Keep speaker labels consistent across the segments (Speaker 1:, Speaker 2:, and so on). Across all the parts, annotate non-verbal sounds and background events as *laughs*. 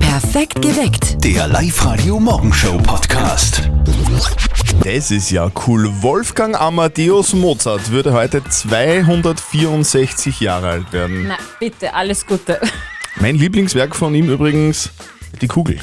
Speaker 1: Perfekt geweckt.
Speaker 2: Der Live-Radio Morgenshow Podcast.
Speaker 3: Das ist ja cool. Wolfgang Amadeus Mozart würde heute 264 Jahre alt werden.
Speaker 4: Na, bitte, alles Gute.
Speaker 3: Mein Lieblingswerk von ihm übrigens, die Kugel.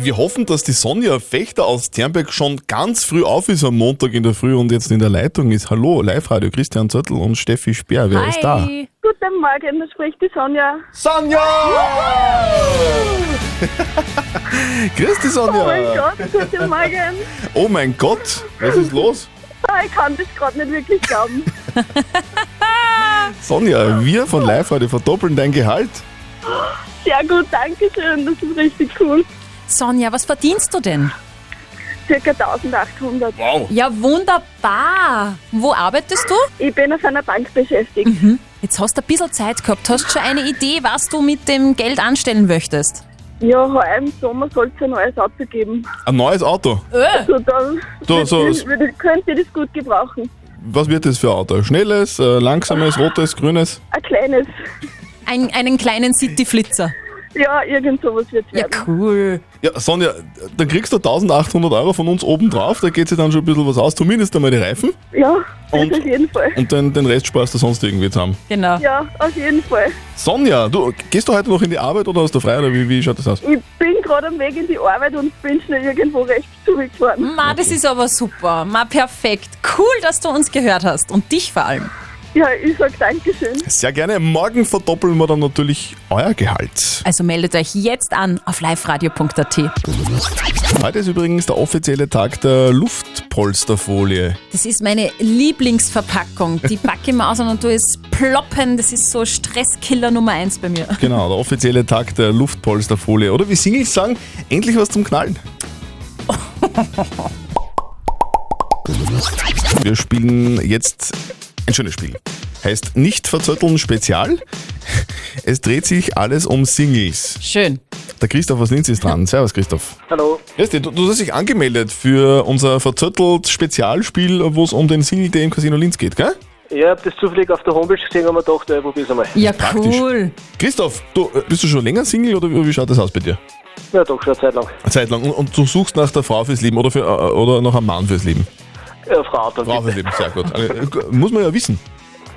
Speaker 3: Wir hoffen, dass die Sonja Fechter aus Ternberg schon ganz früh auf ist am Montag in der Früh und jetzt in der Leitung ist. Hallo, Live-Radio Christian Zöttl und Steffi Speer. Wer ist da?
Speaker 4: Hi.
Speaker 5: Guten Morgen, da spricht die Sonja.
Speaker 3: Sonja! *laughs* Grüß dich,
Speaker 5: Oh mein
Speaker 3: Sonja!
Speaker 5: Gott, guten Morgen.
Speaker 3: Oh mein Gott, was ist los?
Speaker 5: Ah, Ich kann das gerade nicht wirklich glauben.
Speaker 3: Sonja, wir von Live-Radio verdoppeln dein Gehalt.
Speaker 5: Sehr gut, danke schön, das ist richtig cool.
Speaker 4: Sonja, was verdienst du denn?
Speaker 5: Circa 1800.
Speaker 4: Ja, wunderbar. Wo arbeitest du?
Speaker 5: Ich bin auf einer Bank beschäftigt.
Speaker 4: Jetzt hast du ein bisschen Zeit gehabt. Hast schon eine Idee, was du mit dem Geld anstellen möchtest?
Speaker 5: Ja, heuer im Sommer soll es ein neues Auto geben.
Speaker 3: Ein neues Auto.
Speaker 5: So, dann
Speaker 3: So, so,
Speaker 5: Also würd-
Speaker 3: so.
Speaker 5: würd- könnt ihr das gut gebrauchen.
Speaker 3: Was wird das für ein Auto? Schnelles, äh, langsames, rotes, grünes?
Speaker 5: Ein kleines.
Speaker 4: Ein, einen kleinen City-Flitzer.
Speaker 5: Ja, irgend sowas wird
Speaker 4: Ja,
Speaker 5: werden.
Speaker 4: cool.
Speaker 3: Ja, Sonja, dann kriegst du 1800 Euro von uns obendrauf, da geht sich dann schon ein bisschen was aus, zumindest einmal die Reifen
Speaker 5: Ja, das
Speaker 3: Und-
Speaker 5: auf jeden Fall.
Speaker 3: und den, den Rest sparst du sonst irgendwie zusammen.
Speaker 4: Genau.
Speaker 5: Ja, auf jeden Fall.
Speaker 3: Sonja, du, gehst du heute noch in die Arbeit oder hast du frei oder wie, wie schaut das aus?
Speaker 5: Ich bin gerade am Weg in die Arbeit und bin schnell irgendwo rechts
Speaker 3: Hm.
Speaker 5: zugefahren.
Speaker 4: Ma, das ist aber super. Ma, perfekt. Cool, dass du uns gehört hast. Und dich vor allem.
Speaker 5: Ja, ich sag Dankeschön.
Speaker 3: Sehr gerne, morgen verdoppeln wir dann natürlich euer *laughs* Gehalt.
Speaker 4: Also meldet euch jetzt an auf liveradio.at.
Speaker 3: Heute ist übrigens der offizielle Tag der Luftpolsterfolie.
Speaker 4: Das ist meine Lieblingsverpackung. Die packe ich mir aus und tue es ploppen. Das ist so Stresskiller Nummer eins bei mir.
Speaker 3: Genau, der offizielle Tag der Luftpolsterfolie. Oder wie Singles sagen, endlich was zum *laughs* Knallen. Wir spielen jetzt ein schönes Spiel. Heißt Nicht verzötteln Spezial. Es dreht sich alles um Singles.
Speaker 4: Schön.
Speaker 3: Der Christoph aus Linz ist *laughs* dran. Servus Christoph.
Speaker 6: Hallo.
Speaker 3: Grüß dich, du, du hast dich angemeldet für unser verzöttelt Spezialspiel, wo es um den Single Day im Casino Linz geht, gell?
Speaker 6: Ich habe das zufällig auf der Homepage gesehen und mir gedacht, ja, ich probier's einmal.
Speaker 4: Ja,
Speaker 3: Praktisch.
Speaker 4: cool.
Speaker 3: Christoph, du äh, bist du schon länger Single oder wie wie schaut das aus bei dir?
Speaker 6: Ja, doch, schon eine Zeit lang.
Speaker 3: Eine Zeit lang. Und, und du suchst nach der Frau fürs Leben oder, für, äh, oder nach einem Mann fürs Leben?
Speaker 6: Ja, Frau dann
Speaker 3: Frau fürs Leben, sehr gut. Eine- äh, gu- Muss man ja wissen.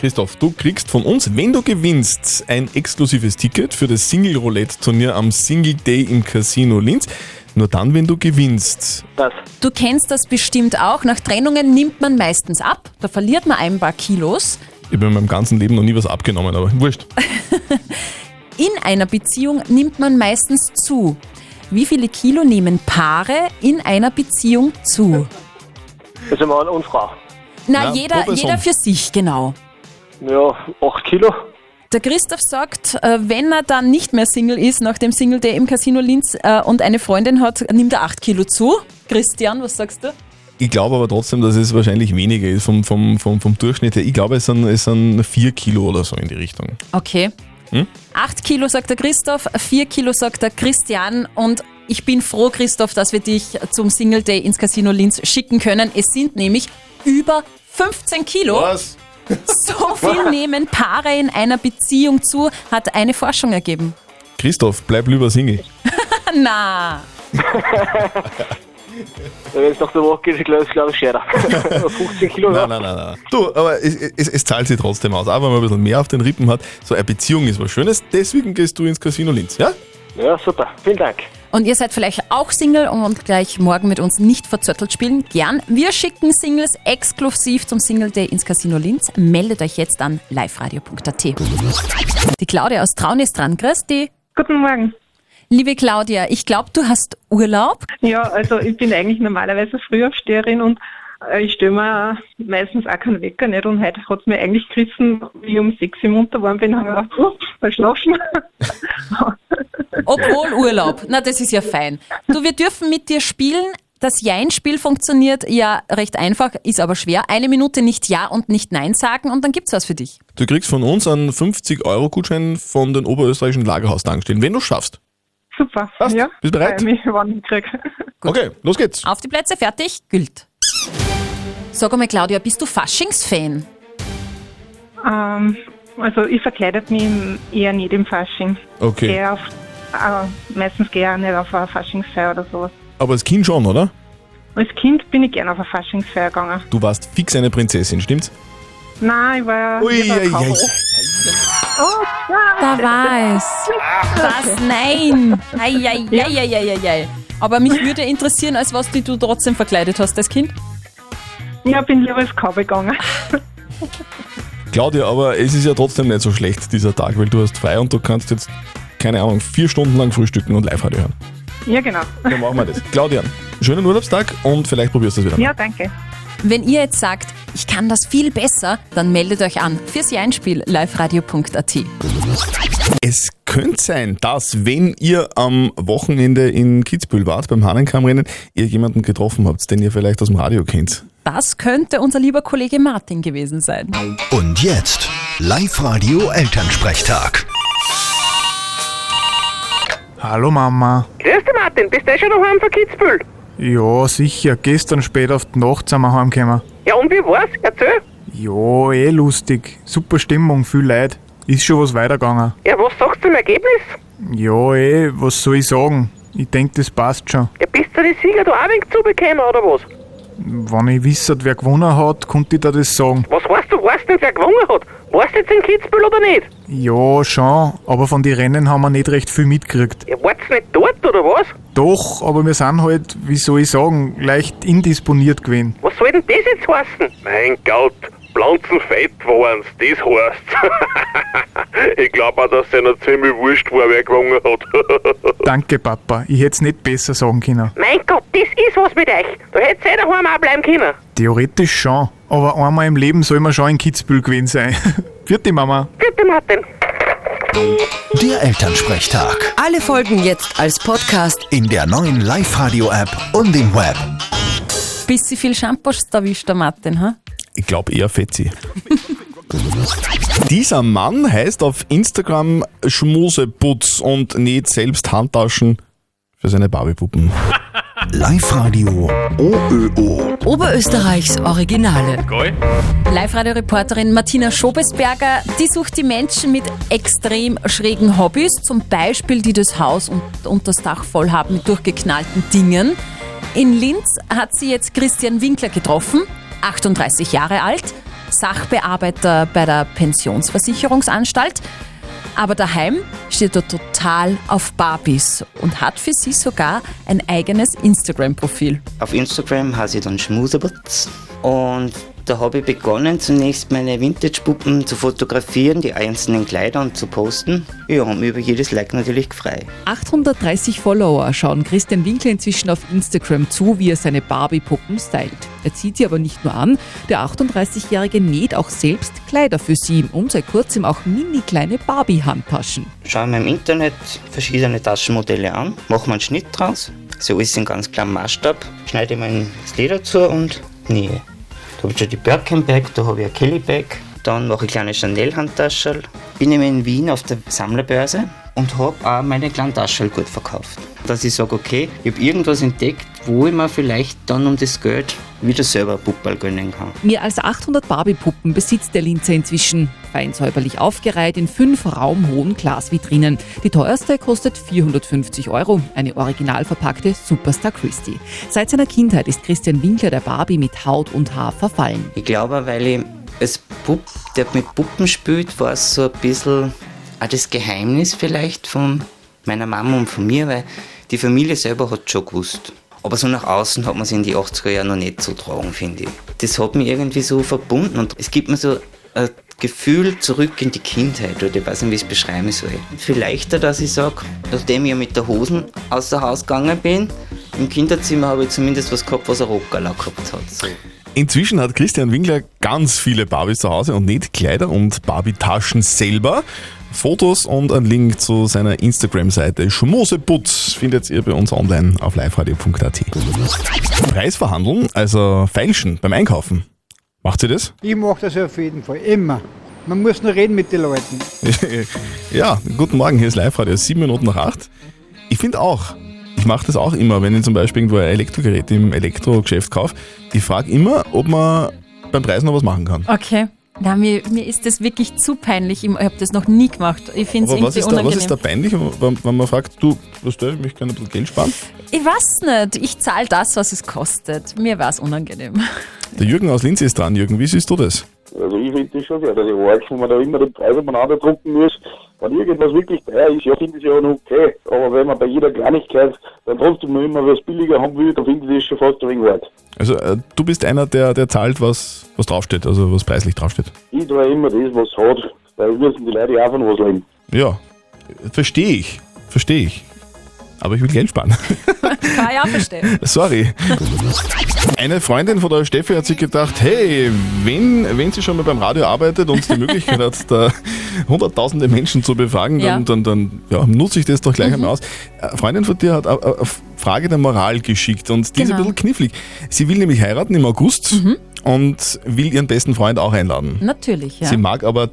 Speaker 3: Christoph, du kriegst von uns, wenn du gewinnst, ein exklusives Ticket für das Single-Roulette-Turnier am Single Day im Casino Linz. Nur dann, wenn du gewinnst.
Speaker 6: Das.
Speaker 4: Du kennst das bestimmt auch. Nach Trennungen nimmt man meistens ab. Da verliert man ein paar Kilos.
Speaker 3: Ich habe in meinem ganzen Leben noch nie was abgenommen, aber wurscht.
Speaker 4: In einer Beziehung nimmt man meistens zu. Wie viele Kilo nehmen Paare in einer Beziehung zu?
Speaker 6: Also Mann und Frau.
Speaker 4: Na,
Speaker 3: Na, pro
Speaker 4: jeder,
Speaker 3: Person.
Speaker 4: jeder für sich, genau.
Speaker 6: Ja, 8 Kilo.
Speaker 4: Der Christoph sagt, äh, wenn er dann nicht mehr Single ist, nach dem Single Day im Casino Linz äh, und eine Freundin hat, nimmt er 8 Kilo zu. Christian, was sagst du?
Speaker 3: Ich glaube aber trotzdem, dass es wahrscheinlich weniger ist vom, vom, vom, vom Durchschnitt her. Ich glaube, es sind, es sind 4 Kilo oder so in die Richtung.
Speaker 4: Okay. 8 Kilo sagt der Christoph, 4 Kilo sagt der Christian und ich bin froh, Christoph, dass wir dich zum Single Day ins Casino Linz schicken können. Es sind nämlich über 15 Kilo.
Speaker 3: Was?
Speaker 4: So viel nehmen Paare in einer Beziehung zu, hat eine Forschung ergeben. *laughs*
Speaker 3: Christoph, bleib lieber Single.
Speaker 4: Na,
Speaker 6: Ja, Wenn es nach der Woche geht, ist es, glaube ich, scheiter.
Speaker 3: *laughs*
Speaker 6: 15 Kilo,
Speaker 3: Nein,
Speaker 6: ja.
Speaker 3: nein, nein, nein. Du, aber es, es, es zahlt sich trotzdem aus. Auch wenn man ein bisschen mehr auf den Rippen hat, so eine Beziehung ist was Schönes. Deswegen gehst du ins Casino Linz, ja?
Speaker 6: Ja, super. Vielen Dank.
Speaker 4: Und ihr seid vielleicht auch Single und gleich morgen mit uns nicht verzöttelt spielen? Gern. Wir schicken Singles exklusiv zum Single Day ins Casino Linz. Meldet euch jetzt an liveradio.at. Die Claudia aus Traun ist dran. Christi.
Speaker 7: Guten Morgen.
Speaker 4: Liebe Claudia, ich glaube, du hast Urlaub.
Speaker 7: Ja, also ich bin eigentlich normalerweise Frühaufsteherin und äh, ich stelle mir meistens auch keinen Wecker nicht und heute hat es mir eigentlich gerissen, wie ich um 6 Uhr munter geworden bin, habe ich gedacht, oh, verschlafen.
Speaker 4: Obwohl Urlaub. Na, das ist ja fein. Du, wir dürfen mit dir spielen. Das Jein-Spiel funktioniert ja recht einfach, ist aber schwer. Eine Minute nicht Ja und nicht Nein sagen und dann gibt's was für dich.
Speaker 3: Du kriegst von uns einen 50-Euro-Gutschein von den oberösterreichischen Lagerhaustankstellen, wenn du schaffst.
Speaker 7: *laughs* Super.
Speaker 3: Passt.
Speaker 7: Ja,
Speaker 3: Bist bereit?
Speaker 7: Freue mich, wann ich krieg.
Speaker 3: Okay, los geht's.
Speaker 4: Auf die Plätze, fertig, gilt. Sag einmal, Claudia, bist du Faschings-Fan?
Speaker 7: Ähm, also ich verkleidet mich eher nicht im Fasching.
Speaker 3: Okay.
Speaker 7: Eher auf Ah, meistens gehe ich auch nicht auf eine Faschingsfeier oder sowas.
Speaker 3: Aber als Kind schon, oder?
Speaker 7: Als Kind bin ich gerne auf eine Faschingsfeier gegangen.
Speaker 3: Du warst fix eine Prinzessin, stimmt's?
Speaker 7: Nein, ich war
Speaker 3: Ui,
Speaker 7: ich war
Speaker 3: ei,
Speaker 7: Cowboy.
Speaker 3: ei.
Speaker 7: Oh, ja.
Speaker 4: Da war es. Was? Nein. Eieieiei. Aber mich würde interessieren, als was die du trotzdem verkleidet hast als Kind.
Speaker 7: ja, bin lieber als Cowboy gegangen.
Speaker 3: Ah. Claudia, aber es ist ja trotzdem nicht so schlecht, dieser Tag, weil du hast frei und du kannst jetzt, keine Ahnung, vier Stunden lang frühstücken und Live-Radio hören.
Speaker 7: Ja, genau.
Speaker 3: Dann machen wir das. Claudia, schönen Urlaubstag und vielleicht probierst du es wieder.
Speaker 7: Ja, danke.
Speaker 4: Wenn ihr jetzt sagt, ich kann das viel besser, dann meldet euch an fürs Einspiel liveradio.at.
Speaker 3: Es könnte sein, dass, wenn ihr am Wochenende in Kitzbühel wart, beim Hahnenkammrennen, ihr jemanden getroffen habt, den ihr vielleicht aus dem Radio kennt.
Speaker 4: Das könnte unser lieber Kollege Martin gewesen sein.
Speaker 2: Und jetzt Live-Radio Elternsprechtag.
Speaker 1: Hallo Mama.
Speaker 5: Grüß dich, Martin. Bist du eh schon daheim von Kitzbühel?
Speaker 1: Ja, sicher. Gestern spät auf die Nacht sind wir heimgekommen.
Speaker 5: Ja, und wie war's? Erzähl.
Speaker 1: Ja, eh lustig. Super Stimmung, viel Leid. Ist schon was weitergegangen.
Speaker 5: Ja, was sagst du zum Ergebnis?
Speaker 1: Ja, eh, was soll ich sagen? Ich denk, das passt schon.
Speaker 5: Ja, bist du die Sieger da auch ein wenig zubekommen, oder was?
Speaker 1: Wenn ich wissert, wer gewonnen hat, konnte ich dir das sagen.
Speaker 5: Was weißt du, weißt denn, wer gewonnen hat? Warst du jetzt in Kitzbühel oder nicht?
Speaker 1: Ja, schon, aber von den Rennen haben wir nicht recht viel mitgekriegt.
Speaker 5: Ja, wart's nicht dort, oder was?
Speaker 1: Doch, aber wir sind halt, wie soll ich sagen, leicht indisponiert gewesen.
Speaker 5: Was soll denn das jetzt heißen?
Speaker 8: Mein Gott, Pflanzenfett waren's, das heißt. ich glaube auch, dass es einer ziemlich wurscht war, wer gewonnen hat. *laughs*
Speaker 1: Danke, Papa. Ich hätt's nicht besser sagen können.
Speaker 5: Mein Gott, das ist was mit euch. Da hättest ihr daheim auch bleiben können.
Speaker 1: Theoretisch schon, aber einmal im Leben soll man schon in Kitzbühel gewesen sein. *laughs* Vierte Mama.
Speaker 5: Bitte, Martin.
Speaker 2: Der Elternsprechtag.
Speaker 9: Alle Folgen jetzt als Podcast.
Speaker 2: In der neuen Live-Radio-App und im Web.
Speaker 4: Bisschen viel Shampoos erwischt der Martin, ha?
Speaker 3: Ich glaube eher Fetzi. *laughs* Dieser Mann heißt auf Instagram Schmuseputz und näht selbst Handtaschen für seine Barbiepuppen.
Speaker 2: Live-Radio OÖO.
Speaker 9: Oberösterreichs Originale.
Speaker 4: Live-Radio-Reporterin Martina Schobesberger, die sucht die Menschen mit extrem schrägen Hobbys, zum Beispiel die das Haus und, und das Dach voll haben mit durchgeknallten Dingen. In Linz hat sie jetzt Christian Winkler getroffen, 38 Jahre alt, Sachbearbeiter bei der Pensionsversicherungsanstalt. Aber daheim steht er total auf Barbies und hat für sie sogar ein eigenes Instagram-Profil.
Speaker 10: Auf Instagram heiße ich dann Schmusebutz und da habe ich begonnen, zunächst meine Vintage-Puppen zu fotografieren, die einzelnen Kleider und zu posten.
Speaker 3: Hm.
Speaker 10: Ja, und mich über jedes Like natürlich frei.
Speaker 11: 830 Follower schauen Christian Winkler inzwischen auf Instagram zu, wie er seine Barbie-Puppen stylt. Er zieht sie aber nicht nur an, der 38-Jährige näht auch selbst Kleider für sie und seit kurzem auch mini kleine Barbie-Handtaschen.
Speaker 10: Schaue mir im Internet verschiedene Taschenmodelle an, mache mir einen Schnitt draus, so ist in ganz kleinem Maßstab, schneide mir das Leder zu und nähe. Da habe ich schon die Birkenbag, da habe ich ein Kellybag, dann mache ich kleine Chanel-Handtaschel. Bin eben in Wien auf der Sammlerbörse und habe auch meine kleinen Taschel gut verkauft. Dass ich sage, okay, ich habe irgendwas entdeckt, wo ich mir vielleicht dann um das Geld wieder selber ein Puppel gönnen kann.
Speaker 11: Mehr als 800 Barbie-Puppen besitzt der Linzer inzwischen. Fein säuberlich aufgereiht in fünf raumhohen Glasvitrinen. Die teuerste kostet 450 Euro, eine original verpackte Superstar Christie. Seit seiner Kindheit ist Christian Winkler der Barbie mit Haut und Haar verfallen.
Speaker 10: Ich glaube, weil ich als Bub, der mit Puppen spielt, war es so ein bisschen hm, auch Ah, das Geheimnis vielleicht von meiner Mama und von mir, weil die Familie selber hat schon gewusst. Aber so nach außen hat man es in die 80er Jahre noch nicht zutragen, finde ich. Das hat mich irgendwie so verbunden und es gibt mir so ein Gefühl zurück in die Kindheit oder ich weiß nicht, wie ich es beschreiben soll. Vielleicht auch, dass ich sage, nachdem ich ja mit der Hosen aus der Haus gegangen bin, im Kinderzimmer habe ich zumindest was gehabt, was ein Rockerlau gehabt hat. So.
Speaker 3: Inzwischen hat Christian Winkler ganz viele Barbies zu Hause und näht Kleider und Barbie-Taschen selber. Fotos und ein Link zu seiner Instagram-Seite Schmuseputz findet ihr bei uns online auf liveradio.at. Preis verhandeln, also feilschen beim Einkaufen. Macht ihr das?
Speaker 1: Ich mache das auf jeden Fall, immer. Man muss nur reden mit den Leuten.
Speaker 3: *laughs* ja, guten Morgen, hier ist Live-Radio, sieben Minuten nach acht. Ich finde auch, ich mache das auch immer, wenn ich zum Beispiel irgendwo ein Elektrogerät im Elektrogeschäft kaufe, ich frage immer, ob man beim Preis noch was machen kann.
Speaker 4: Okay. Na, mir, mir ist das wirklich zu peinlich. Ich habe das noch nie gemacht. Ich finde es
Speaker 3: Aber was
Speaker 4: irgendwie
Speaker 3: ist, da,
Speaker 4: unangenehm.
Speaker 3: was ist da peinlich, wenn, wenn man fragt, du, was du, ich möchte gerne ein bisschen Geld sparen?
Speaker 4: Ich weiß nicht. Ich zahle das, was es kostet. Mir war es unangenehm.
Speaker 3: Der Jürgen aus Linz ist dran. Jürgen, wie siehst du das?
Speaker 12: Also ich finde das schon sehr, dass ich weiß, wenn man da immer den Preis umeinander drucken muss, wenn irgendwas wirklich teuer ist, ja finde ich es ja noch okay. Aber wenn man bei jeder Kleinigkeit dann trotzdem noch immer was billiger haben will, dann finde ich das schon fast ein wenig wert.
Speaker 3: Also äh, du bist einer, der, der zahlt, was, was draufsteht, also was preislich draufsteht.
Speaker 12: Ich tue immer das, was es hat, weil wir müssen die Leute ja auch von was leben.
Speaker 3: Ja, verstehe ich, verstehe ich. Aber ich will Geld sparen.
Speaker 4: Kann ich auch verstehen.
Speaker 3: Sorry. Eine Freundin von der Steffi hat sich gedacht, hey, wenn, wenn sie schon mal beim Radio arbeitet und die Möglichkeit hat, da hunderttausende Menschen zu befragen, dann,
Speaker 13: Ja.
Speaker 3: dann, dann ja, nutze ich das doch gleich einmal aus. Eine Freundin von dir hat eine- eine Frage der Moral geschickt und die ist ein
Speaker 4: Genau.
Speaker 3: bisschen knifflig. Sie will nämlich heiraten im August und will ihren besten Freund auch einladen.
Speaker 4: *laughs* Natürlich, ja.
Speaker 3: Sie mag aber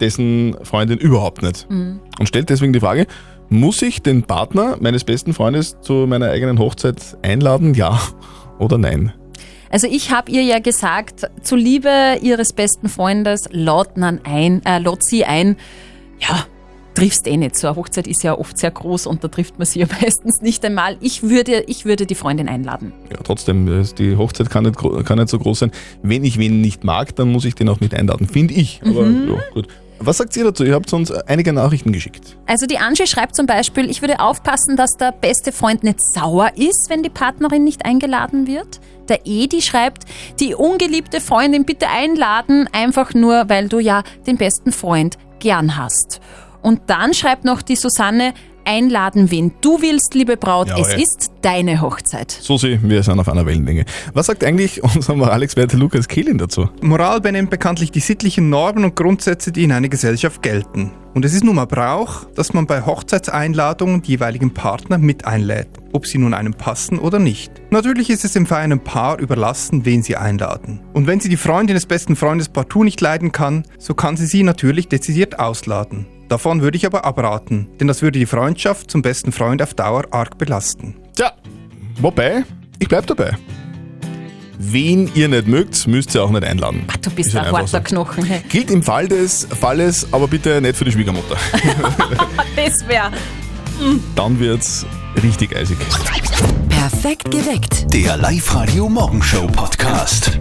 Speaker 3: dessen Freundin überhaupt nicht.
Speaker 4: Mhm.
Speaker 3: Und stellt deswegen die Frage, muss ich den Partner meines besten Freundes zu meiner eigenen Hochzeit einladen, ja *laughs* oder nein?
Speaker 4: Also ich habe ihr ja gesagt, zuliebe ihres besten Freundes lad nan ein, äh, lad sie ein. Ja, triffst eh nicht. So eine Hochzeit ist ja oft sehr groß und da trifft man sie ja *laughs* meistens nicht einmal. Ich würde, ich würde die Freundin einladen.
Speaker 3: Ja, trotzdem, äh, die Hochzeit kann nicht, gro- kann nicht so groß sein. Wenn ich wen nicht mag, dann muss ich den auch nicht einladen, finde ich. Aber
Speaker 4: Mhm.
Speaker 3: ja, gut. Was sagt ihr dazu? Ihr habt uns einige Nachrichten geschickt.
Speaker 4: Also die Angie schreibt zum Beispiel, ich würde aufpassen, dass der beste Freund nicht sauer ist, wenn die Partnerin nicht eingeladen wird. Der Edi schreibt, die ungeliebte Freundin bitte einladen, einfach nur, weil du ja den besten Freund gern hast. Und dann schreibt noch die Susanne, einladen, wen du willst, liebe Braut,
Speaker 3: Jawohl.
Speaker 4: es ist deine Hochzeit.
Speaker 3: Susi, wir sind auf einer Wellenlänge. Was sagt eigentlich *laughs* unser Moralexperte Lukas Kehlin dazu?
Speaker 14: Moral benennt bekanntlich die sittlichen Normen und Grundsätze, die in einer Gesellschaft gelten. Und es ist nun mal Brauch, dass man bei Hochzeitseinladungen die jeweiligen Partner mit einlädt, ob sie nun einem passen oder nicht. Natürlich ist es dem feinen Paar überlassen, wen sie einladen. Und wenn sie die Freundin des besten Freundes partout nicht leiden kann, so kann sie sie natürlich dezidiert ausladen. Davon würde ich aber abraten, denn das würde die Freundschaft zum besten Freund auf Dauer arg belasten.
Speaker 3: Tja, wobei, ich bleib dabei. Wen ihr nicht mögt, müsst ihr auch nicht einladen.
Speaker 4: Ah, Du bist
Speaker 3: Ist halt
Speaker 4: ein
Speaker 3: einfach
Speaker 4: harter Knochen. hey.
Speaker 3: so. Gilt im Fall des Falles, aber bitte nicht für
Speaker 4: *laughs*
Speaker 3: die Schwiegermutter.
Speaker 4: Das wäre...
Speaker 3: Dann wird's richtig eisig.
Speaker 9: Perfekt geweckt.
Speaker 2: Der Live-Radio Morgenshow Podcast.